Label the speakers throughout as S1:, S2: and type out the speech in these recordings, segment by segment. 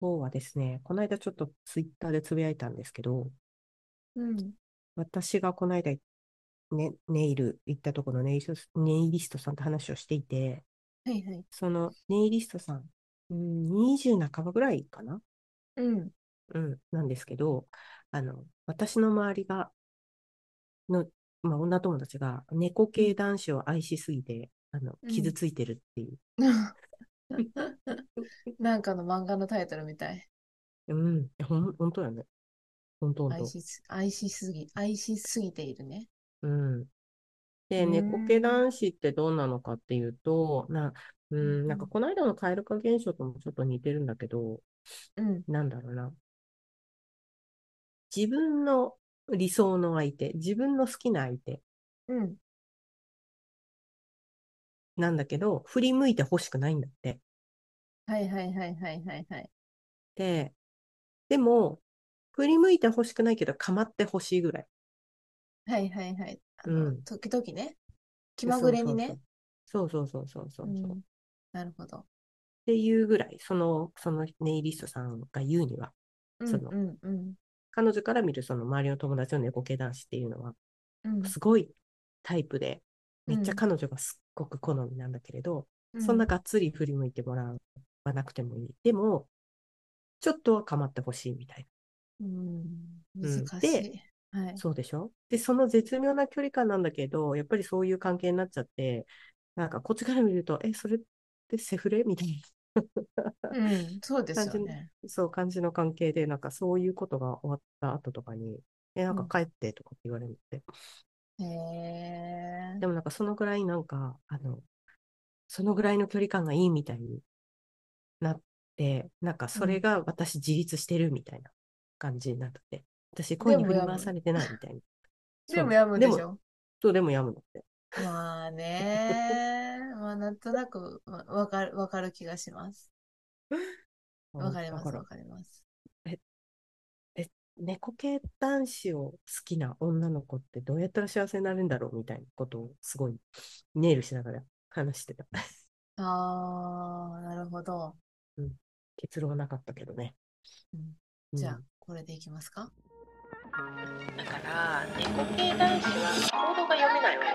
S1: 今日はですね、この間ちょっとツイッターでつぶやいたんですけど、
S2: うん。
S1: 私がこの間、ね、ネイル行ったところのネイリスト、ネイリストさんと話をしていて、
S2: はいはい。
S1: そのネイリストさん、うん、20半ばぐらいかな
S2: うん。
S1: うん、なんですけど、あの、私の周りが、の、まあ、女友達が猫
S2: うん。
S1: 系男子を愛しすぎて、あの、
S2: う
S1: 傷
S2: ん。
S1: ついてるっていう。
S2: なんかの漫画のタイトルみたい。
S1: うん、ほん、本当やね。本当本
S2: 愛
S1: 当。
S2: しす、愛しすぎ、愛しすぎているね。
S1: うん。
S2: う
S1: で、
S2: ー
S1: 猫系
S2: ん。
S1: 男子ってどうなのかっていうと、な、う
S2: うん
S1: ん、
S2: う
S1: なんか
S2: ん。
S1: この間の蛙化現象ともちょっと似てるんだけど、
S2: うん。
S1: なんだろうな。自分の理想の相手、自分の好きな相手
S2: うん。
S1: なんだけど、振り向いて欲しくないんだって。
S2: はいはいはいはいはいはい。
S1: で、でも、振り向いて欲しくないけど、構って欲しいぐらい。
S2: はいはいはい。あ
S1: う
S2: の、
S1: ん。
S2: 時々ね。気
S1: で
S2: まぐ
S1: そう
S2: れ
S1: そ
S2: に
S1: うそ
S2: ね。
S1: う。そうそうそうそうそううそう。っ
S2: ん。なるほど。
S1: ていうぐらい、その、そのネイリストさんが言うには、
S2: う
S1: そ
S2: ん
S1: の、
S2: うんうん。
S1: 彼女から見るその周りの友達の猫系男子っていうのは、
S2: うん。
S1: すごいタイプで、
S2: う
S1: めっちゃ
S2: ん。
S1: 彼女がすっごく好みなんだけれど、
S2: う。
S1: そんなんがっつり振り向いてもらわなくてもいい。でも、ちょっとは構ってほしいみたい
S2: うん。
S1: な。うん。
S2: 難し
S1: で、
S2: い。はい。
S1: そうでしょで、その絶妙な距離感なんだけど、やっぱりそういう関係になっちゃって、なんかこっちから見ると、え、それってセフレみたいな
S2: うん。そうで
S1: 感
S2: すよ
S1: じの、
S2: ね。
S1: そう、感じの関係で、なんかそういうことが終わった後とかに、え、な
S2: うん
S1: か
S2: ん。
S1: 帰ってとかって言われるって。
S2: へえ。
S1: でもなんかそのぐらいなんか、あの、そのぐらいの距離感がいいみたいになって、なんか
S2: う
S1: それ
S2: ん。
S1: が私自立してるみたいな感じになってて、私恋
S2: で
S1: に
S2: も
S1: 振り
S2: や
S1: 回
S2: む。
S1: されてないみ たいな。
S2: で
S1: そ
S2: も
S1: う。
S2: やむん
S1: で
S2: でし
S1: も、
S2: ょ
S1: そうでもやむのって。
S2: まあね、まあなんとなくわわかる、わかる気がします。わ
S1: そう
S2: かり
S1: だ
S2: ま
S1: か
S2: す、
S1: ら、
S2: わかります。
S1: え、え、猫系男子を好きな女の子ってどうやったら幸せになるんだろうみたいなことをすごいネイルしながら話してた。
S2: ああ、なるほど。
S1: うん。結論はなかったけどね。
S2: うん、
S1: う
S2: じゃあ、
S1: ん。
S2: これでいきますか。
S1: だから、猫系男子は行動が読めないわけよ。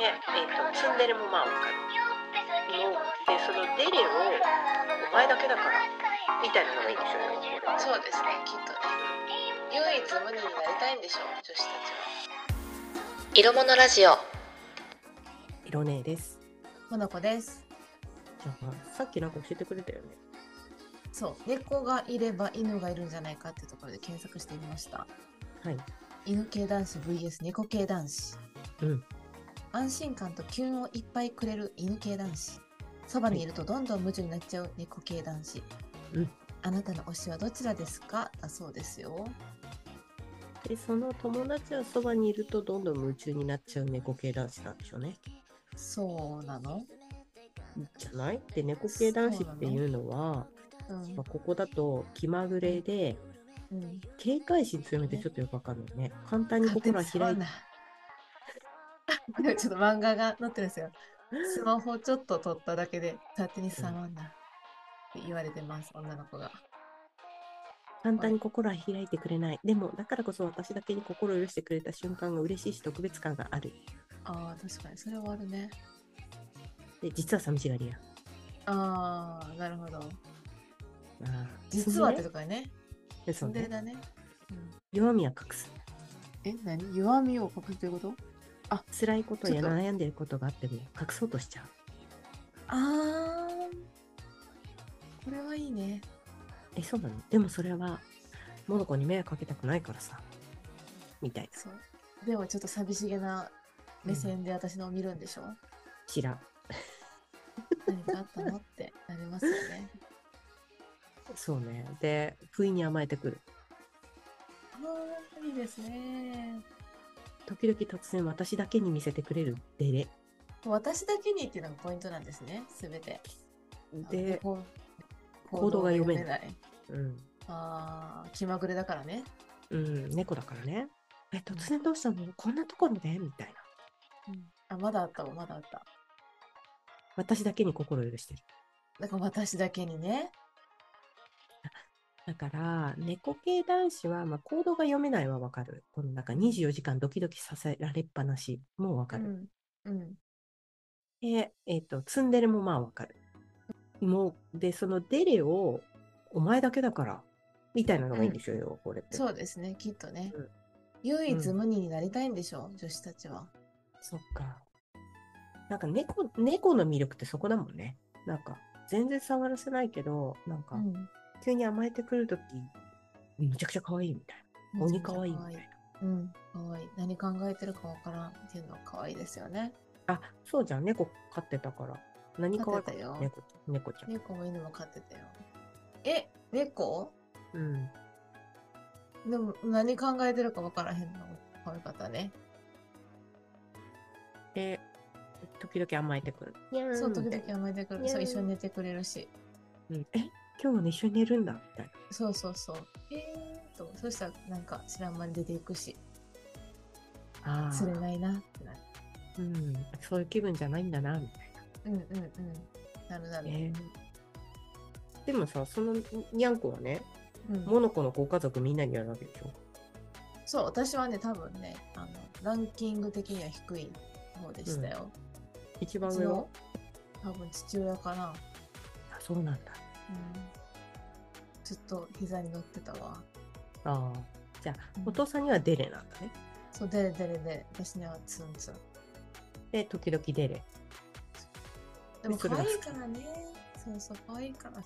S1: で、えっと、ツンデレもまあわかる。の、で、そのデレを、お前だけだから、みたいなのがいいんでしょうよ、これは。
S2: そうですね、きっとね。唯一無二になりたいんでしょう、女子たちは。色物ラジオ。
S1: 色ねえです。
S2: モノコです。
S1: じゃあ、さっきなんか教えてくれたよね。
S2: そう、猫がいれば犬がいるんじゃないかってところで検索してみました。
S1: はい。
S2: 犬系男子 VS 猫系男子。
S1: うん。
S2: 安心感とキュンをいっぱいくれる犬系男子。そば
S1: は
S2: にい
S1: い。
S2: るとどんどん無情になっちゃう猫系男子。
S1: うん。
S2: あなたの推しはどちらですかだそうですよ。
S1: で、その友達はそばにいるとどんどん夢中になっちゃう猫系男子なんでしょうね。
S2: そうなの
S1: じゃないで、猫系男
S2: そ
S1: 子
S2: う
S1: っ
S2: な
S1: て
S2: の
S1: いうのは、
S2: うん、
S1: まあ、ここだと気まぐ
S2: う
S1: れ
S2: ん、
S1: で、
S2: うん。
S1: 警戒心強めてち
S2: ね、
S1: ょっとよくわかんないね。簡単に
S2: 勝手
S1: 心
S2: に
S1: は
S2: すま
S1: 開
S2: ん
S1: い、
S2: な。これ ちょっと漫画が載ってるんですよ。スマホちょっと撮っただけで勝手に
S1: う
S2: す
S1: ん、
S2: まんなって言われてます、女の子が。
S1: 簡
S2: こ
S1: 単
S2: れ。
S1: に心は開いてくれない。でも、だからこそ私だけに心を許してくれた瞬間が嬉しいし、特別感がある。
S2: ああ、確かにそれはあるね。
S1: で、実は寂しがり屋。
S2: ああ、なるほど。
S1: ああ、ツン
S2: 実
S1: デ
S2: はって
S1: レ
S2: とこやね。
S1: で
S2: ツ
S1: そう
S2: ンデレ
S1: ね。
S2: だね。うん、
S1: 弱みは隠す。
S2: え、何弱みを隠すということあ、
S1: 辛いこと
S2: ちょっ
S1: や
S2: と、
S1: 悩んでることがあっても隠そうとしちゃう。
S2: あー、これはいいね。
S1: え、そうなのでもそれは、モノコに迷惑かけたくないからさ、みたい
S2: そう。でもちょっと寂しげな
S1: な。う
S2: 目
S1: ん。
S2: 線で私のを見るんでしょ
S1: 知らん。
S2: 何かあったのってなりますよね。
S1: そうね。で、不意に甘えてくる。
S2: ああ、いいですね。
S1: 時々突然私だけに見せてくれるデレ。
S2: 私だけにっていうのがポイントなんですね、すべて。あの
S1: で、
S2: 猫、行
S1: 行動
S2: 動
S1: が
S2: が
S1: 読め
S2: 読め
S1: ない。
S2: ない。
S1: うん。
S2: ああ、気まぐれだからね。
S1: うん、猫だからね。え、
S2: う
S1: 突
S2: ん。
S1: 然どうしたのこんなところでみたいな。
S2: うん、あ、まだあったわ、まだあった。
S1: 私だけに心を許してる。
S2: だから私だけにね。
S1: だから、猫系男子は、まあ、行動が読めないはわかる。このなんか24時間ドキドキさせられっぱなしもわか
S2: う
S1: る。
S2: ん。うん。
S1: で、えっ、と、ツンデレもまあわかる。もう、で、そのデレを、お前だけだから、みたいなのがいいんでしょうよ、これって。
S2: そうですね、きっとね
S1: うん。
S2: 唯一無二になりたいんでしょう、女子たちは。
S1: そっか。なんか猫、猫の魅力ってそこだもんね。なんか、全然触らせないけど、なんか、急に甘えてくるとき、むちゃくちゃ可愛いみたいな。鬼可愛いみたいな。
S2: うん、かわいい。何考えてるかわからんっていうのは可愛いですよね。
S1: あ、そうじゃん。猫飼ってたから。何可愛かっ
S2: 飼ってたよ
S1: た猫猫ちゃん。
S2: 猫も犬も飼ってたよ。え、猫
S1: うん。
S2: でも何考えてるかわからへんのが可愛かったね。
S1: で、時々甘えてくる。
S2: そう、時
S1: みたいな
S2: 々甘えてく
S1: い
S2: る。
S1: や
S2: そう、一緒に寝てくれるし。
S1: うんえ、今日もね一緒に寝るんだみたいな。
S2: そうそうそう。えーっと、そしたらなんか知らん間に出ていくし、
S1: あ
S2: 釣れないなってなる。
S1: うん、そういう気分じゃないんだなみたい
S2: うんうんうん。なるな
S1: な、
S2: る。
S1: ねでもさそのにゃんこはね
S2: うん
S1: モノコのご家族みんなにやるわけでしょ
S2: そう、私はね、多分ね、あのランキング的には低い方でしたよ。
S1: 一
S2: う
S1: 番
S2: ち
S1: 上は
S2: の多分父親かな。
S1: あそうなんだ
S2: うん。ずっと膝に乗ってたわ。
S1: ああじゃあ、
S2: うん
S1: お父さんにはデレなんだね
S2: そう、デレデレで、私にはツンツン。
S1: で時々デレ
S2: でも
S1: そ
S2: 可
S1: れが
S2: 愛
S1: 好き
S2: いからね。そうそう、可愛いからさ。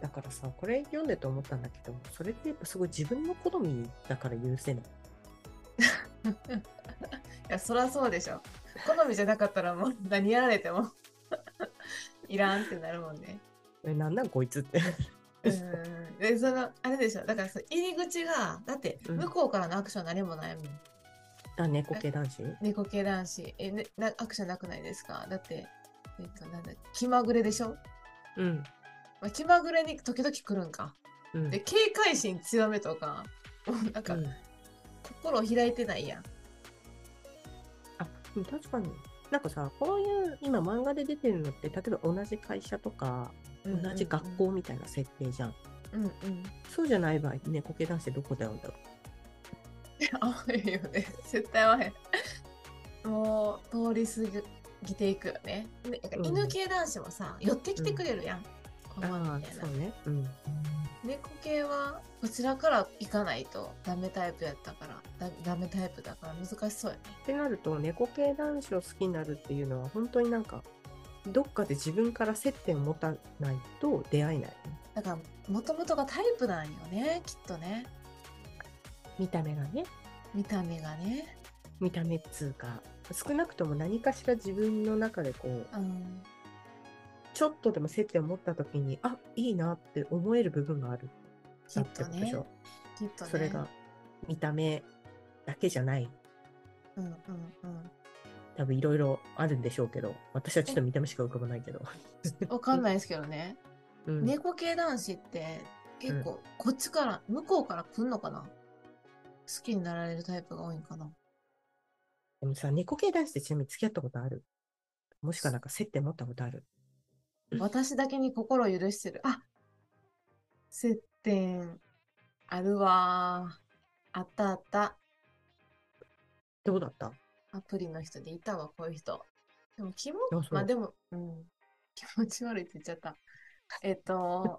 S1: だからさこれ読んでと思ったんだけどそれってやっぱすごい自分の好みだから許せない
S2: いや、そらそうでしょ。好みじゃなかったらもう 何やられてもいらんってなるもんね。
S1: えなんなんこいつって
S2: うん。で、その、あれでしょ。だからそう、入り口が、だって、
S1: うん
S2: 向こうからのアクション何もないもん。
S1: あ猫系男子
S2: 猫系男子、え、ね、なアクションなくないですかだって、えっと、なんだ、気まぐれでしょ、
S1: うん
S2: まあ、気まぐれに時々来るんか。
S1: うん
S2: で、警戒心強めとか、 もうなん
S1: う
S2: か、
S1: ん
S2: 心を開いてないやん。
S1: あ、うん確かに。なんかさ、こういう今漫画で出てるのって、例えば同じ会社とか、同じ学校みたいな設定じゃん。
S2: うん うん。
S1: そうじゃない場合、猫系男子どこで会うんだろ
S2: 合わへんよね。 絶対合わへん。もう、通り過ぎていくよね。でなんか
S1: うん
S2: 犬系男子もさ、寄ってきてくれるやん。こ
S1: う。
S2: んばんは
S1: ああ
S2: みたいな
S1: ー、そうね。うん。
S2: 猫系はこちらから行かないとダメタイプやったからだダメタイプだから難しそうやね
S1: ってなると、猫系男子を好きになるっていうのは、本当になんか、どっかで自分から接点を持たないと出会えない。
S2: だからもともとがタイプなんよねきっとね
S1: 見た目がね、
S2: 見た目がね
S1: 見た目っつうか、少なくとも何かしら自分の中でこう、
S2: うん
S1: ちょっとでも接点を持った時に、あ、いいなって思える部分がある。
S2: きっと
S1: なてことで
S2: ね
S1: しょ
S2: きっとね
S1: それが見た目だけじゃない
S2: うんうんうん
S1: 多分いろいろあるんでしょうけど私はちょっと見た目しか浮かばないけど、
S2: わかんないですけどね、
S1: うん、
S2: 猫系男子って結構こっちから、向こうから来んのかな好きになられるタイプが多いんかな
S1: でもさ猫系男子ってちなみに付き合ったことあるもしかなんか接点持ったことある
S2: 私だけに心を許してるあ接点あるわあったあった
S1: どうだった
S2: アプリの人でいたわ、こういう人。でも、気持
S1: そう
S2: まあでも、うん、気持ち悪いって言っちゃった。え っと、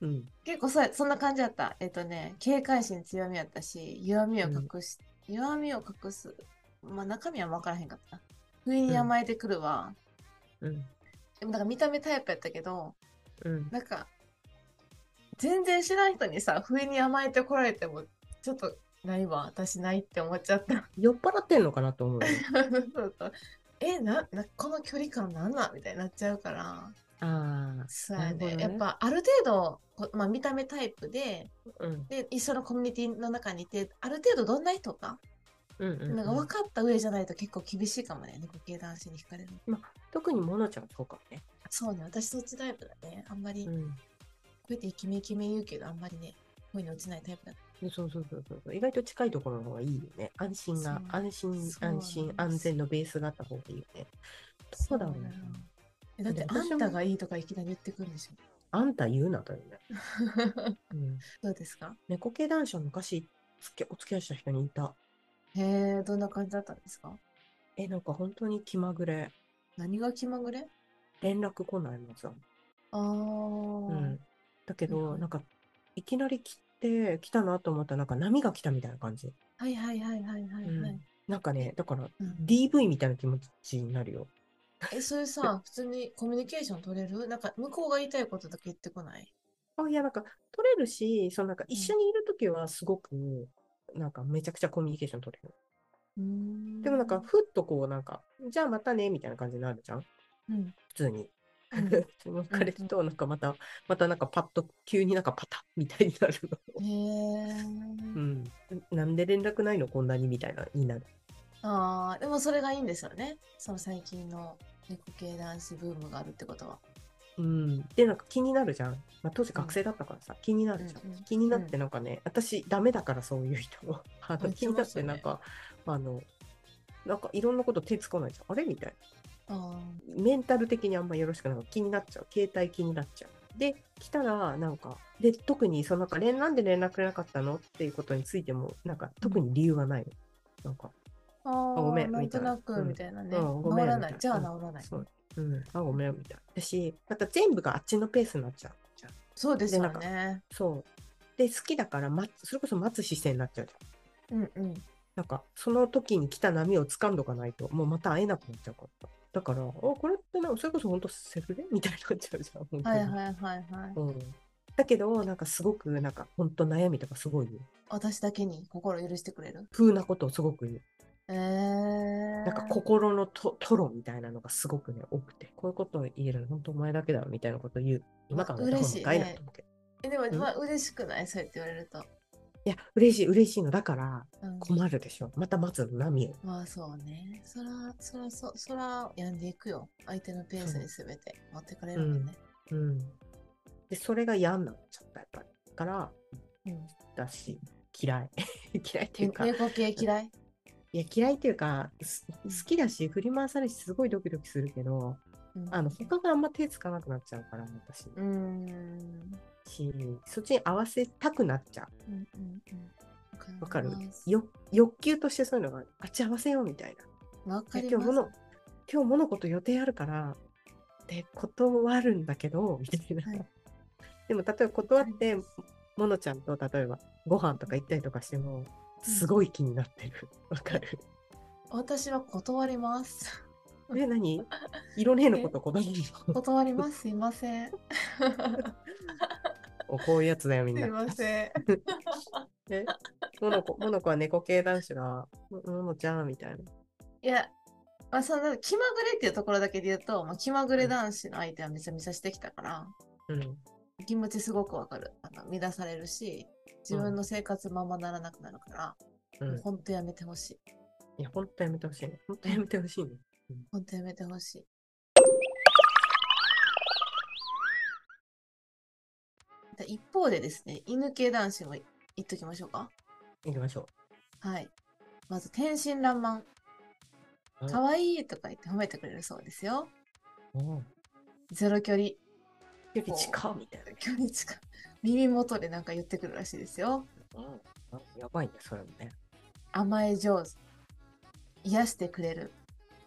S1: うん
S2: 結構そそんな感じだった。えっとね、警戒心強みやったし、弱みを隠し、弱みを隠す。まあ中身は分からへんかったな。不意に甘えてくるわ。
S1: うん
S2: でもなんか見た目タイプやったけど、
S1: うん
S2: なんか、全然知らん人にさ、不意に甘えてこられても、ちょっとないわ、私ないって思っちゃった。
S1: 酔っ払ってんのかなと思うよ
S2: そうそうえななこの距離感なんなんみたいになっちゃうから
S1: あ
S2: そう
S1: な
S2: やね
S1: るほどね
S2: やっぱある程度こ、まあ、見た目タイプで
S1: あうん
S2: で一緒のコミュニティの中にいてある程度どんな人か,、
S1: うんうん,、
S2: なんか分かった上じゃないと結構厳しいかもね猫系男子に惹かれる
S1: 特にモノちゃんそうかもね、
S2: そうね私そっちタイプだねあんまり、
S1: う
S2: こ
S1: ん
S2: うやってイケメンイケメン言うけどあんまりね恋に落ちないタイプだ
S1: でそうそうそうそう意外と近いところの方がいいよね安心が
S2: そう
S1: 安心
S2: そうなん
S1: 安
S2: です
S1: 心安全のベースがあった方がいいよねどうだろうな
S2: なのえだってあ
S1: 私も
S2: んたがいいとかいきなり言ってくるんでしょ
S1: あんた言うなだよね。うん、
S2: どうですか
S1: 猫系男子は昔つき、お付き合いした人にいた。
S2: へえ、どんな感じだったんですか
S1: え、なんか本当に気まぐれ。
S2: 何が気まぐれ
S1: 連絡来ないもんさ。
S2: ああ、
S1: う
S2: うん
S1: ん。だけ
S2: はいは
S1: ど、
S2: い
S1: なんか、いきなり来て、来たなと思ったら、なんか波が来たみたいな感じ。
S2: はいはいはいはいは
S1: う
S2: い、はい
S1: ん。なんかね、だから
S2: うん
S1: DV みたいな気持ちになるよ。
S2: え、それさ、普通にコミュニケーション取れるなんか向こうが言いたいことだけ言ってこない。
S1: あ、いや、なんか、取れるし、そのなんか一緒にいるときはすごく、なんかめちゃくちゃコミュニケーション取れる。で
S2: で
S1: もなんか、、ふっとこう、なんか、じゃあまたね、みたいな感じになるじゃん
S2: うん、
S1: 普通に。
S2: うん
S1: 普通に別れると、なんかまた、またなんかパッと、急になんかパタッみたいになるの。
S2: へえ。
S1: うん。なんで連絡ないのこんなにみたいな、になる。
S2: ああ、でもそれがいいんですよね。その最近の猫系男子ブームがあるってことは。
S1: うん。で、なんか気になるじゃん。まあ、当時学生だったからさ、気になるじゃん。
S2: うんうん
S1: 気になってなんかね、私ダメだからそういう人も。 あ
S2: 言
S1: の、
S2: って
S1: 気にな
S2: ま
S1: っ
S2: す
S1: て
S2: よね
S1: なんか、あの、なんかいろんなこと手つかないじゃん。あれみたいな。
S2: あ
S1: メンタル的にあんまよろしくない気になっちゃう携帯気になっちゃうで来たらなんかで特にそのなんか連なんで連絡くれなかったのっていうことについてもなんか特に理由はないのなんか、
S2: あー、
S1: ごめん
S2: なん
S1: みた
S2: と
S1: いな
S2: なくみたいなね。
S1: うんごめん
S2: 治らない。
S1: み
S2: じ
S1: たい
S2: ゃ
S1: な
S2: あ治らない。
S1: そううん、あごめんみたいなだしまた全部があっちのペースになっちゃうじゃん
S2: そうですよ
S1: で
S2: ね。
S1: そうで好きだから待つそれこそ待つ姿勢になっちゃうじゃん
S2: うんうん。
S1: なんかその時に来た波を掴んどかないともうまた会えなくなっちゃうからだからあこれってなんかそれこそ本当セフレみたいになっちゃうじゃん 本当
S2: は
S1: に
S2: いはいはいはい。
S1: うん、だけど、なんかすごく、なんか本当悩みとかすごい言う。
S2: 私だけに心許してくれる
S1: 風なことをすごく言う。
S2: ええ
S1: なんか心のとトロみたいなのがすごくね、多くて。こういうことを言えるの、本当お前だけだよみたいなことを言う。今から
S2: うわ嬉しいね
S1: 多分若だと思うけど。
S2: えでも、
S1: ん
S2: まあ、嬉しくないそうやって言われると。
S1: いや、嬉しい、嬉しいの。だから、
S2: うん
S1: 困るでしょ。また待つの、波を。
S2: まあそうね。そら、そら、そそら、病んでいくよ。相手のペースにすべて持ってかれるもんね。
S1: うん。で、それが嫌になっちゃった、やっぱり。だから、
S2: うん。
S1: だし、嫌い。 嫌いっていう
S2: ね
S1: か、
S2: 猫系嫌い
S1: いや、嫌いっていうか、す好きだし、振り回されるし、すごいドキドキするけど、
S2: うん
S1: あの、他があんま手つかなくなっちゃうから、私。
S2: うーん。
S1: し、そっちに合わせたくなっちゃう。
S2: うんうんうん。
S1: わかる
S2: ます
S1: よ欲求としてそういうのがあるあっち合わせようみたいな。
S2: わか
S1: いや
S2: り
S1: 今
S2: ま
S1: 日
S2: す。
S1: 物、今日物事予定あるから、で、断るんだけど、みたいな。
S2: はい
S1: でも、例えば断って、モノちゃんと例えばご飯とか行ったりとかしても、すごい気になってる。わかる。
S2: 私は断ります。
S1: え、何色ねえのこと断るの
S2: 断ります。すいません。
S1: おこういうやつだよ、みん
S2: す
S1: な。
S2: いません。
S1: えモノコ、モノコは猫系男子が、モモノちゃんみたいな。
S2: いや、まあ、その気まぐれっていうところだけで言うと、まあ、気まぐれ男子の相手はめちゃめちゃしてきたから、
S1: うん。
S2: 気持ちすごくわかる。あの乱されるし、自分の生活ままならなくなるから、
S1: う。
S2: もうん本当やめてほしい。
S1: いや、ほんとやめてほしいね。ほんとやめてほしいね。
S2: 本当やめてほしい。で一方でですね、犬系男子も言っときましょうか。
S1: 行きましょ
S2: はい。まず、天真爛
S1: う
S2: 漫。
S1: ん
S2: かわいいとか言って褒めてくれるそうですよ。
S1: う。うん。
S2: ゼロ距離。
S1: 距離近みたい
S2: 距離近い。耳元でなんか言ってくるらしいですよ。
S1: な。うん。やばいね、それもね。
S2: 甘え上手。癒してくれる。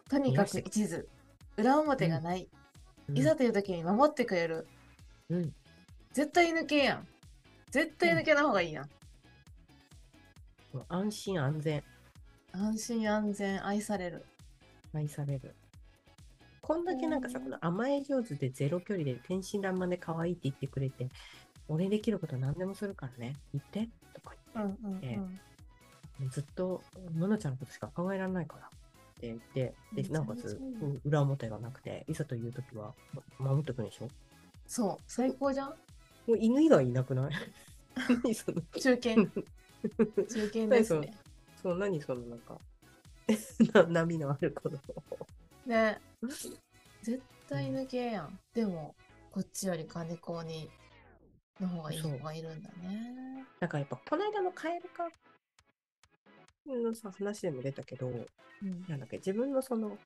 S2: とにかく
S1: 癒して
S2: 一途。裏表がない。いざという時に守ってくれる。
S1: うん。
S2: 絶対犬系やん。絶対犬系の方がいいやん。
S1: うん安心安全、
S2: 安心安全、愛される。
S1: 愛される。こんだけなんかさ、
S2: うん
S1: この甘え上手でゼロ距離で天真爛漫で可愛いって言ってくれて、俺にできること何でもするからね、言ってとか
S2: う
S1: 言
S2: ん
S1: っ
S2: う
S1: て、
S2: ん
S1: えずっと、ののちゃんのことしか考えられないからって言って、で、なおか
S2: めち
S1: つ
S2: ゃめちゃいい、
S1: うん裏表がなくて、いざという時はま守ってくるでしょ
S2: そう、最高じゃん。
S1: もう犬以外いなく ない何その
S2: 中 堅。中堅ですね。
S1: そう、何そのなんか、 な波のある子供。
S2: ね。絶対犬系やん。でも、こっちより金子に、の方がいい
S1: そう
S2: 方がいるんだね。
S1: なんかやっぱ、この間のカエルか、のさ、話でも出たけど、
S2: うん
S1: なんだっけ、自分のその、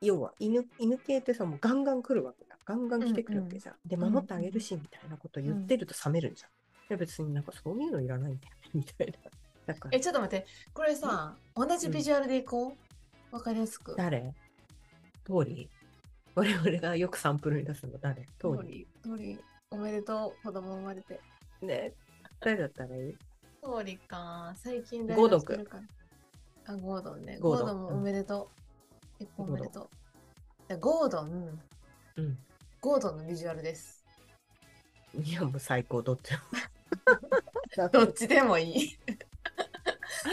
S1: 要は犬犬系ってさもうガンガン来るわけだガンガン来てくるわけじゃん、で
S2: んうん
S1: 守ってあげるしみたいなこと言ってると冷めるんじゃん、いや別になんかそういうのいらないんだよねみたいなだから
S2: え、ちょっと待って。これさ、同じビジュアルでいこう。わかりやすく。
S1: 誰通り我々がよくサンプルに出すのは誰
S2: 通
S1: 通り
S2: り、通り、おめでとう、子供生まれて。
S1: ね誰だったらいい
S2: 通りか、最近
S1: ゴードン
S2: 大学してるから。あ、ゴードンね。
S1: ゴ
S2: ゴ
S1: ードン
S2: ードンも
S1: うん
S2: おめでとう。一本おめでとう。じゃあゴードン、
S1: うん
S2: ゴードンのビジュアルです。
S1: いやもう最高どっちも
S2: どっちでもいい。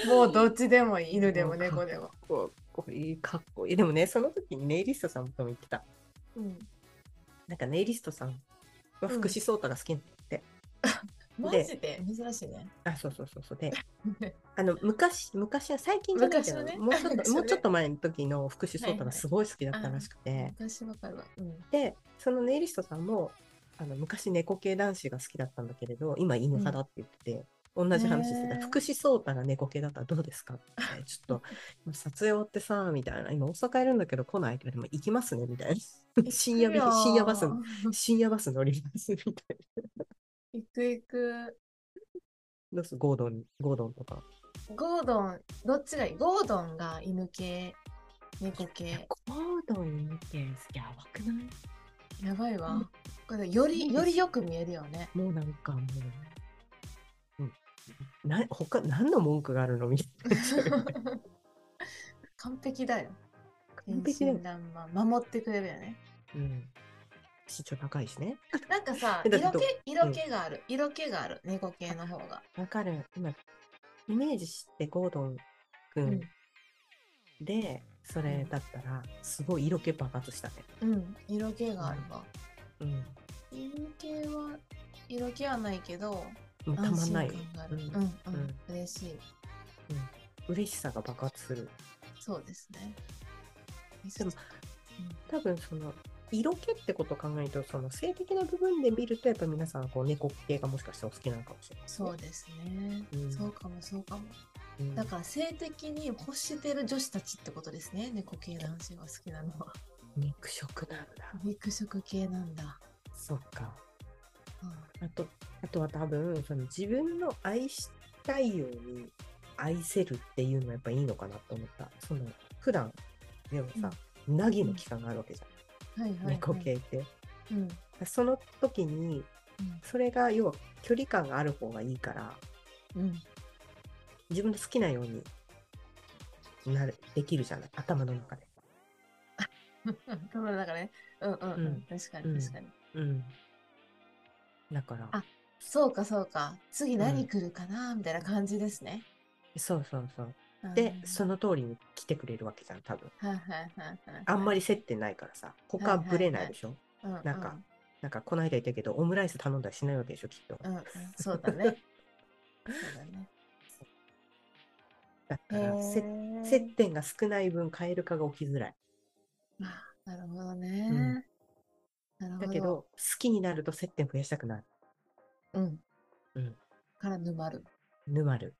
S2: もうどっちでもいい。犬でも猫でも。
S1: こうこういいかっこいいでもねその時にネイリストさんとも言ってた
S2: うん。
S1: なんかネイリストさんは福士蒼太が好きなのって、
S2: マ
S1: で
S2: ジで珍しいね。
S1: あそうそうそうそうであの昔昔は最近じゃないけど、
S2: 昔のね
S1: もうちょっと
S2: 昔のね
S1: もうちょっと前の時の福士蒼太
S2: はいは
S1: が
S2: い
S1: すごい好きだったらしくて、
S2: 昔わかるわ。うん。
S1: でそのネイリストさんもあの昔猫系男子が好きだったんだけれど今犬派だって言ってて、同じ話して
S2: へ
S1: た
S2: ー
S1: 福士蒼太が猫系だったらどうですかってちょっと今撮影終わってさみたいな今大阪いるんだけど来ないって言われても行きますねみたいな 深夜便
S2: 行くよ
S1: 深夜バス深夜バス乗りますみたいな
S2: 行く行く。
S1: どうするゴードンゴードンとか
S2: ゴードン、どっちがいいゴードンが犬系、猫系。
S1: ゴードン犬系やばくない
S2: やばいわ。これより、よりよく見えるよね。
S1: もうなんかもう、うん、な他何の文句があるのみたいに なっちゃうよね
S2: 完璧だよ。
S1: 完璧だよ
S2: 天真爛漫守ってくれるよね。
S1: うん身長高いしね。
S2: なんかさ、
S1: えだ
S2: 色
S1: っ
S2: 気
S1: てどう、
S2: 色気がある。色気がある。猫系の方が。
S1: わかる。今、イメージしてゴードンく
S2: うん
S1: んで、それだったら、すごい色気爆発したね。
S2: うん。色気があるわ。
S1: うん。
S2: 色気は、色気はないけど、
S1: もうたまんないよ
S2: 安心感があ
S1: う
S2: る。
S1: ん
S2: うん、う
S1: うん
S2: ん。嬉しい。
S1: 嬉しさが爆発する。
S2: そうですね。
S1: でも多分その、色気ってことを考えると、その性的な部分で見ると、やっぱ皆さん、こう、猫系がもしかしたらお好きなのかもしれない、
S2: そうですね、
S1: うん
S2: そうかもそうかも。
S1: うん
S2: だから性的に欲してる女子たちってことですね。猫系男子が好きなのは。
S1: 肉食なんだ。
S2: 肉食系なんだ。
S1: そっか。
S2: うん
S1: あと、あとは多分、その自分の愛したいように愛せるっていうのはやっぱいいのかなと思った。その、普段、でもさ、なぎの期間があるわけじゃ
S2: はいはい、
S1: ん。
S2: はい。
S1: 猫系って。
S2: うん。うん。
S1: その時に、それが、要は距離感がある方がいいから、
S2: うん。
S1: 自分の好きなようになる、できるじゃない。頭の中で。
S2: この中ね。うんうんうん。
S1: うん
S2: 確か
S1: うん
S2: に確かに。
S1: うん。だから、
S2: あそうかそうか。次
S1: う
S2: 何
S1: ん
S2: 来るかな、みたいな感じですね。
S1: そうそうそう。
S2: うん
S1: で、その通りに来てくれるわけじゃん、多分。
S2: はいはいはいはい。
S1: あんまり接点ないからさ、他ぶれないでしょ。
S2: うんうん、
S1: なんかなんかこの間言ったけど、オムライス頼んだりしないわけでしょ、きっと
S2: う。んうん。そうだね。そうだね。
S1: だか
S2: へ
S1: ら、せ
S2: ー
S1: 接点が少ない分、カエル化が起きづらい。
S2: あなるほどね。なるほど。
S1: だけど、好きになると接点増やしたくなる。
S2: うん。
S1: うん
S2: から沼る。
S1: 沼る。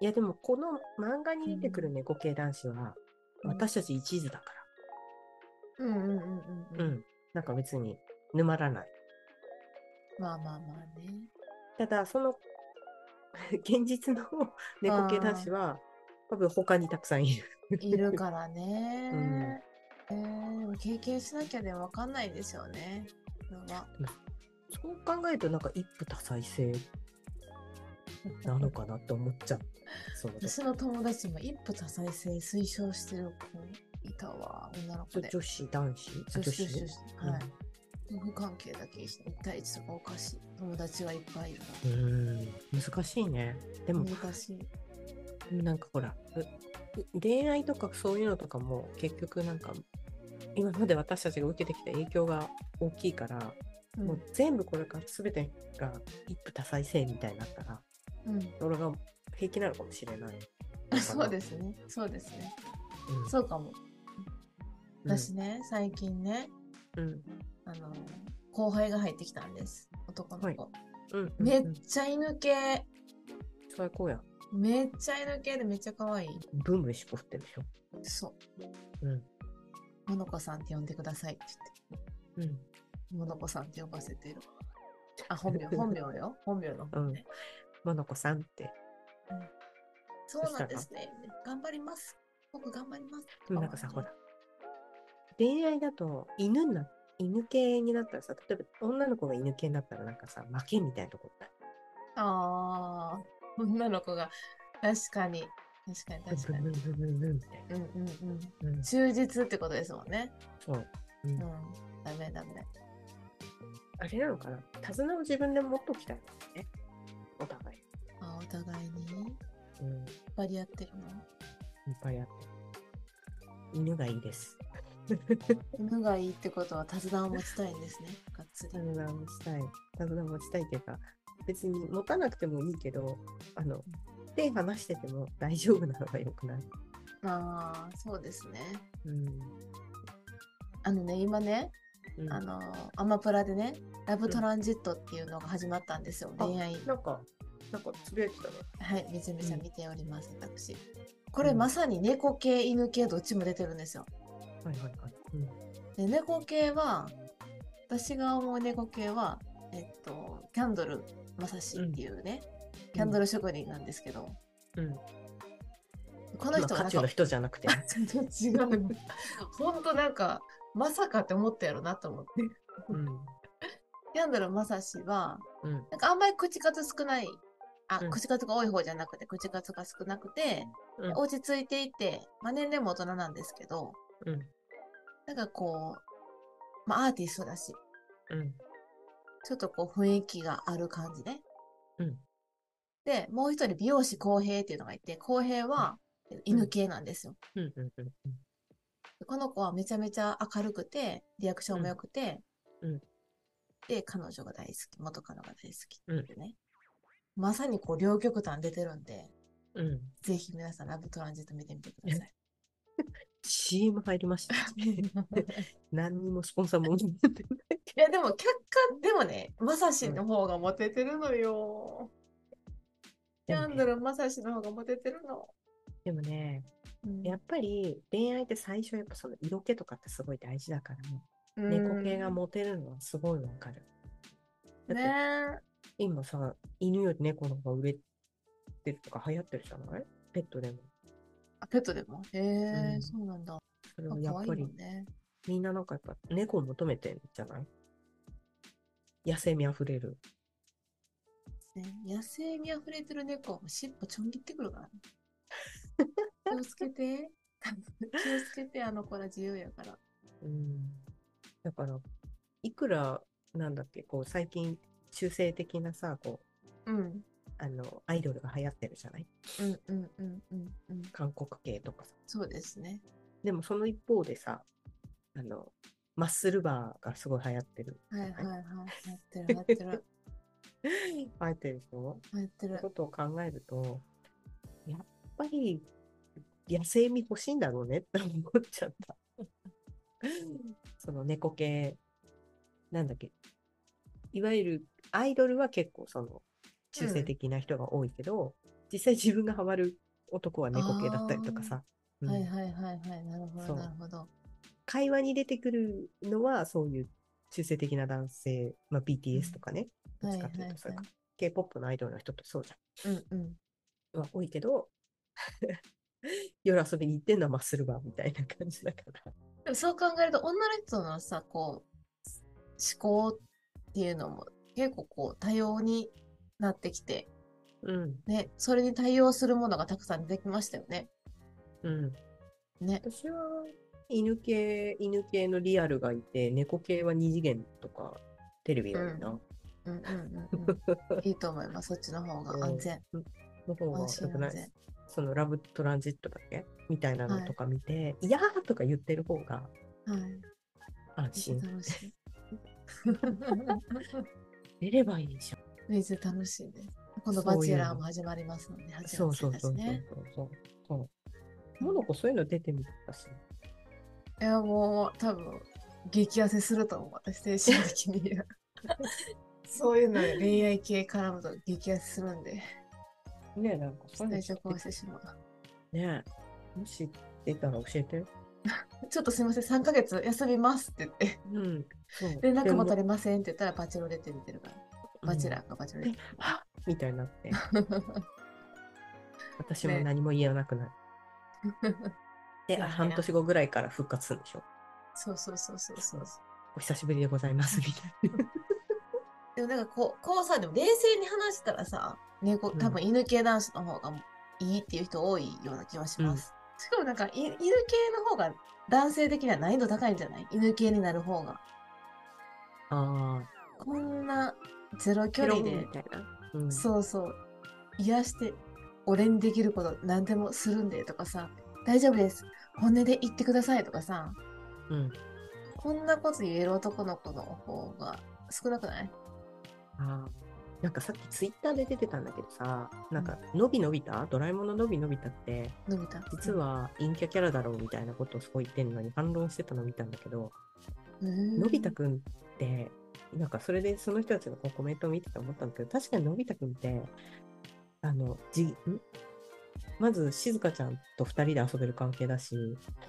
S1: いや、でも、この漫画に出てくる猫系男子は、
S2: うん
S1: 私たち一途だか
S2: うんうんうんうん
S1: ら。うん。なんか別に、沼らない。
S2: まあまあまあね。
S1: ただ、その、 現実の猫系男子は、多分他にたくさんいる。
S2: いるか らね。えーでも経験しなきゃでわかんないですよね。それは
S1: そう考えるとなんか一夫多妻制なのかなって思っちゃう。その時
S2: 私の友達も一夫多妻制推奨してる子いたわ、女の子
S1: そ
S2: で。
S1: 女子、男子、あ
S2: 女子女子女
S1: ね
S2: 子はい。夫婦関係だけ一対一とかおかしい。友達はいっぱいいる
S1: うーん、難しいね。で
S2: な。
S1: も、
S2: 難しい。
S1: なんかほら、う恋愛とかそういうのとかも結局なんか、今まで私たちが受けてきた影響が大きいから、
S2: うん
S1: もう全部これから全てが一夫多妻制みたいになったら、
S2: うん。
S1: 俺が平気なのかもしれない
S2: そうですね。そうですね。
S1: うん。
S2: そうかも。
S1: うん
S2: 私ね、最近ね、
S1: うん。
S2: あの、後輩が入ってきたんです。男の子。
S1: はいうん。
S2: めっ
S1: うん
S2: ちゃ犬系。
S1: 最高やん。
S2: めっちゃ色系でめっちゃ可愛い。
S1: ブンブン尻尾振ってるでしょ。
S2: そう。
S1: うん。
S2: モノコさんって呼んでくださいって言って。
S1: うん。
S2: モノコさんって呼ばせてる。あ、本名、本名よ。本名の方ね。
S1: モノコさんって。
S2: そうなんですね。頑張ります。僕頑張ります。
S1: でもなんかさ、ほら。恋愛だと、犬にな、犬系になったらさ、例えば女の子が犬系になったらなんかさ、負けみたいなとこない。
S2: ああ、女の子が。確かに。確かに、確か
S1: ブ
S2: に。
S1: ンブンブンブンブンみたい
S2: うんうんうん。
S1: な。うん。
S2: 忠実ってことですもんね。
S1: そう。
S2: うん。ダメダメ。
S1: あれなのかな手綱を自分で持っときたいのね。お互い。
S2: あ、お互いに。
S1: うん。いっ
S2: バリ合ってるの
S1: ぱいあって。犬がいいです。
S2: 犬がいいってことは手綱を持ちたいんですね。がっつり
S1: 手。綱を持ちたい。手綱を持ちたいっていうか、別に持たなくてもいいけど、あの、手離してても大丈夫なのがよくない。
S2: ああ、そうですね。
S1: うん。
S2: あのね、今ね、
S1: うん
S2: あのアマプラでね、ラブトランジットっていうのが始まったんですよ。
S1: あ
S2: 恋愛。
S1: なんか、なんかつぶやいてたね。
S2: はい、めちゃめちゃ見ております、私。こ
S1: う
S2: れ
S1: ん
S2: まさに猫系、犬系、どっちも出てるんですよ。
S1: はいはいはい。うん。
S2: で、猫系は、私が思う猫系は、えっと、キャンドル・マサシっていうね、キャンドル職人なんですけど、
S1: うん。
S2: この
S1: 今、
S2: 人は
S1: 渦
S2: なん
S1: 中
S2: か
S1: の、人じゃなくて。
S2: ちょっと違う。ほんとなんか、まさかって思ったやろなと思って。
S1: うん。
S2: キャンドル・マサシは、
S1: うん。
S2: なんかあんまり口数少ない、あ、
S1: うん
S2: 口数が多い方じゃなくて、口数が少なくて、
S1: うん
S2: 落ち着いていて、まあ、年齢も大人なんですけど、
S1: うん。
S2: なんかこう、まあアーティストだし、
S1: うん。
S2: ちょっとこう雰囲気がある感じね。
S1: うん
S2: で、もう一人美容師公平っていうのがいて、公平は犬系なんですよ。
S1: うん。うん。うん。
S2: この子はめちゃめちゃ明るくて、リアクションも良くて、
S1: うんうん
S2: で、彼女が大好き、元彼女が大好き
S1: うん
S2: っていうね。まさにこう両極端出てるんで、
S1: うん。うん。
S2: ぜひ皆さんラブトランジット見てみてくださ い。
S1: CM 入りま した。何にもスポンサーも受けてないけ
S2: いやでも客観でもねまさしの方がモテてるのよ、キャンドルまさしの方がモテてるの、
S1: ど。でもね、
S2: うん
S1: やっぱり恋愛って最初、やっぱその色気とかってすごい大事だから、猫系がモテるのはすごいわかる。
S2: う
S1: だ
S2: ん
S1: っ
S2: ね
S1: て今さ、犬より猫の方が売れてるとか流行ってるじゃないペットでも。
S2: あペットでもへえ、
S1: うん
S2: そうなんだ
S1: それはや
S2: 可
S1: っ
S2: 愛い
S1: ぱり
S2: もんね
S1: みんななんかやっぱ猫を求めてんじゃない野生味あふれる。
S2: ね野生に溢れてる猫尻尾ちょん切ってくる からね気をつけて 気をつけてあの子ら自由やから
S1: うん。だから、いくら、なんだっけ、こう、最近、中性的なさ、こう、
S2: うんうん
S1: あの、アイドルが流行ってるじゃない
S2: うんうんうんうん
S1: 韓国系とかさ。
S2: そうですね
S1: でも、その一方でさ、あの、マッスルバーがすごい流行ってる。
S2: はい はいはいやってるやってる
S1: 流行ってるでしょ
S2: やって
S1: って
S2: る
S1: ことを考えると、やっぱり野生味欲しいんだろうねって思っちゃった。 その猫系、なんだっけ。いわゆるアイドルは結構その中性的な人が多いけど、実際自分がハマる男は猫系だったりとかさ、うん
S2: はいはいはいはい、なるほ
S1: そ
S2: ど、
S1: う
S2: なるほど。
S1: 会話に出てくるのはそういう中性的な男性、まあ、BTS とかね、どっ
S2: はい
S1: ち
S2: は
S1: か
S2: い
S1: っていう
S2: は
S1: とそれか K-POP のアイドルの人ってそうじゃん。
S2: い。うんうん。
S1: は多いけど、 夜遊びに行ってんのはマッスルバーみたいな感じだから。
S2: でもそう考えると、女の人のさ、こう、思考っていうのも結構こう多様になってきて、
S1: うん、
S2: ね、それに対応するものがたくさん出てきましたよね。
S1: うん。
S2: ね。
S1: 私は犬系、犬系のリアルがいて、猫系は二次元とかテレビがいいな。
S2: うんうんうんうん。 いいと思います。そっちの方が安全。
S1: の方が
S2: 安
S1: 良
S2: 心
S1: くな
S2: 安
S1: い
S2: 全。
S1: そのラブトランジットだっけみたいなのとか見て、い、やーとか言ってる方が
S2: はい。
S1: 安
S2: め
S1: 心。
S2: っちゃ楽しい。
S1: 出ればいいじゃん。
S2: めっちゃ楽しいです。今度
S1: そういう
S2: バ
S1: の
S2: チェラーも始まりますので、8月
S1: そうそう
S2: 1
S1: そうそう
S2: 日ね。
S1: そう。そうモノコそういうの出てみたし。
S2: いやもう多分激痩せすると思う私精神的に そういうので恋愛系絡むと激痩せするんで
S1: ねえ、なんかそういうの
S2: 最
S1: 知
S2: 初
S1: って
S2: 壊してしまう。
S1: ねえ、もし出たら教えて。
S2: ちょっとすみません、3ヶ月休みますって 言って、
S1: うん。そう
S2: 連絡も
S1: で
S2: 取れませんって言ったら、バチェロレって出てるから、
S1: うん
S2: バチェラーかバチェロレ
S1: えはっみたいにな って、私も
S2: ね
S1: 何も言えなくなる。で、
S2: そう
S1: あ
S2: ね
S1: 半年後ぐらいから復活するんでしょ。
S2: そうそうそうそうそうそう。
S1: お久しぶりでございます、みたい な。
S2: でもなんかこう、こうさ、でも冷静に話したらさ、猫、
S1: うん
S2: 多分犬系男子の方がいいっていう人多いような気はします。しかもなんか、い犬系の方が男性的には難易度高いんじゃない犬系になる方が。
S1: ああ、
S2: こんなゼロ距離
S1: ペロン
S2: で
S1: み、たいな。うん、
S2: そうそう、癒して、俺にできること何でもするんでとかさ、大丈夫です。本音で言ってくださいとかさ、
S1: うん。
S2: こんなこと言える男の子の方が少なくない
S1: あーなんかさっきツイッターで出てたんだけどさ、なんか、のびのびたドラえもんののびのびたって、
S2: のびた。
S1: 実は陰キャキャラだろうみたいなことをすごい言ってんのに反論してたの見たんだけど、
S2: うん、
S1: のび太くんって、なんかそれでその人たちのこうコメントを見てて思ったんだけど、確かにのび太くんって、あの、じんまず静香ちゃんと2人で遊べる関係だし、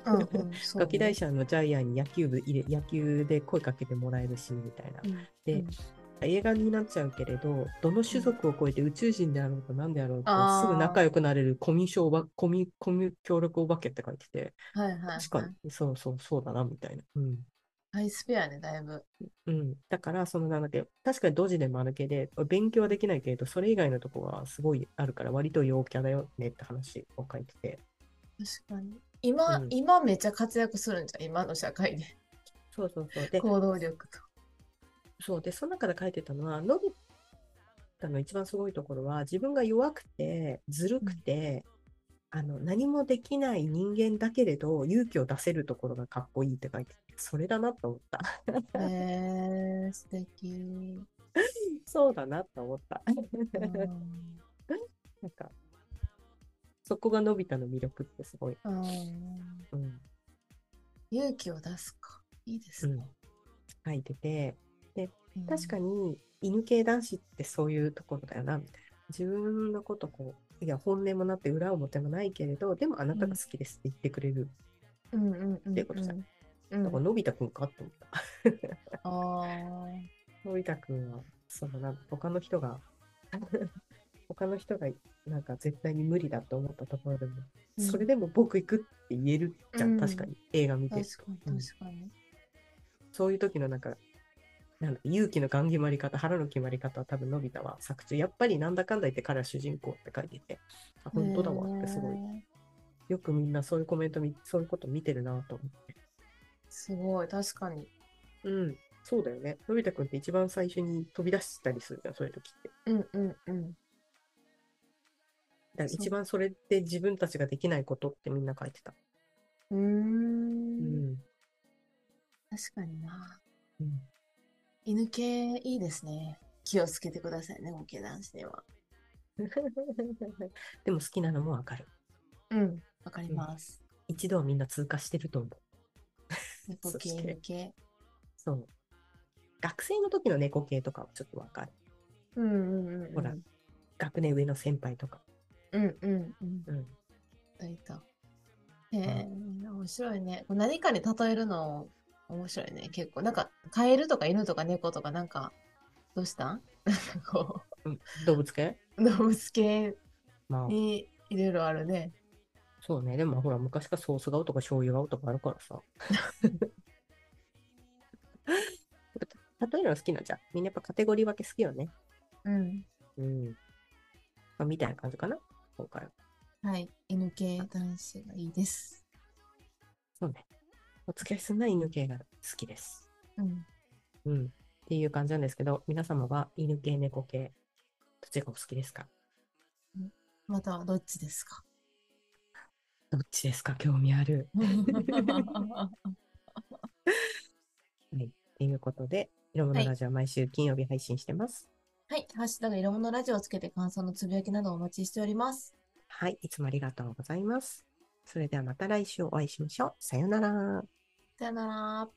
S2: うんうん、そうね
S1: ガキ大社のジャイアンに野球部入れ野球で声かけてもらえるしみたいな。で
S2: うん
S1: 映画になっちゃうけれど、どの種族を超えて宇宙人であろうと何であろうと
S2: あー
S1: すぐ仲良くなれるコミュ障おばコミコミュ協力お化けって書いてて、
S2: はいはい、はい。
S1: 確かにそうそうそうだなみたいな。うん。
S2: ハイスペアね、だいぶ。
S1: うん、だから、そのなんだっけ、確かにドジでもあるけで、勉強はできないけれど、それ以外のとこはすごいあるから、割と陽キャだよねって話を書いてて。
S2: 確かに。今、
S1: うん
S2: 今めっちゃ活躍するんじゃん、今の社会で。
S1: そうそうそう。で、
S2: 行動力と。
S1: そうで、その中で書いてたのは、のび太の一番すごいところは、自分が弱くて、ずるくて、あの、何もできない人間だけれど、勇気を出せるところがかっこいいって書いてて、それだなと思った。
S2: えー、素敵。うん
S1: そうだなと思った。なんか、そこがのび太の魅力ってすごい。
S2: うん
S1: うん
S2: 勇気を出すか。いいですね。
S1: 書いてて、
S2: うん
S1: 確かに犬系男子ってそういうところだよな、みたいな。自分のことこう、いや、本音もなって裏表もないけれど、でもあなたが好きですって言ってくれる。
S2: うんうんうんうん。
S1: ってことじゃん
S2: うん
S1: だから、のび太くんかって思 った。
S2: あー
S1: のび太くんは、その、なんか他の人が、他の人が、 なんか絶対に無理だと思ったところでも、
S2: うん
S1: それでも僕行くって言えるじゃん、
S2: うん
S1: 確かに。映画見て。
S2: 確かに確かに。
S1: そういう時のなんか、なんだ勇気のがん決まり方、腹の決まり方は多分のび太は作中、やっぱりなんだかんだ言って彼は主人公って書いてて、あ、本当だわってすごい
S2: え。ー
S1: よくみんなそういうコメント見、そういうこと見てるなと思って。
S2: すごい、確かに。
S1: うん、そうだよね。のび太くんって一番最初に飛び出したりするじゃん、そういう時って。
S2: うんうんうん。
S1: だから
S2: そう
S1: 一番それって自分たちができないことってみんな書いてた。
S2: うー。
S1: うんん。
S2: 確かにな。
S1: うん、
S2: 犬系いいですね。気をつけてくださいね、ご系男子には。
S1: でも好きなのもわかる。
S2: うん、わかります。
S1: 一度はみんな通過してると思う。
S2: 猫系、
S1: そして
S2: 犬系。
S1: そう。学生の時の猫系とかはちょっとわかる。
S2: うんうんうん。
S1: ほら学年上の先輩とか。
S2: うんうんうん。
S1: うん。
S2: 大体。へえ、面白いね。何かに例えるの面白いね、結構。なんか、カエルとか犬とか猫とかなんか、どうした んなんかこ
S1: うん動物系
S2: う、動物系
S1: まあ、
S2: にいろいろあるね。
S1: そうね。でもほら、昔からソース顔とか醤油顔とかあるからさ。 例えるの好きなんじゃん。みんなやっぱカテゴリー分け好きよね。
S2: うん。
S1: うん。まあ、みたいな感じかな。今回は。
S2: はい。犬系男子がいいです。
S1: そうね。お付き合いすんな犬系が好きです。
S2: うん。
S1: うん。っていう感じなんですけど、皆様は犬系、猫系、どっちがお好きですか
S2: またはどっちですか
S1: どっちですか興味ある。ということで、いろんな
S2: はい
S1: ラジオは毎週金曜日配信してます。
S2: はい、ハッシュタグ色物ラジオをつけて感想のつぶやきなどお待ちしております。
S1: はい、いつもありがとうございます。それではまた来週お会いしましょう。さようなら。
S2: さよなら。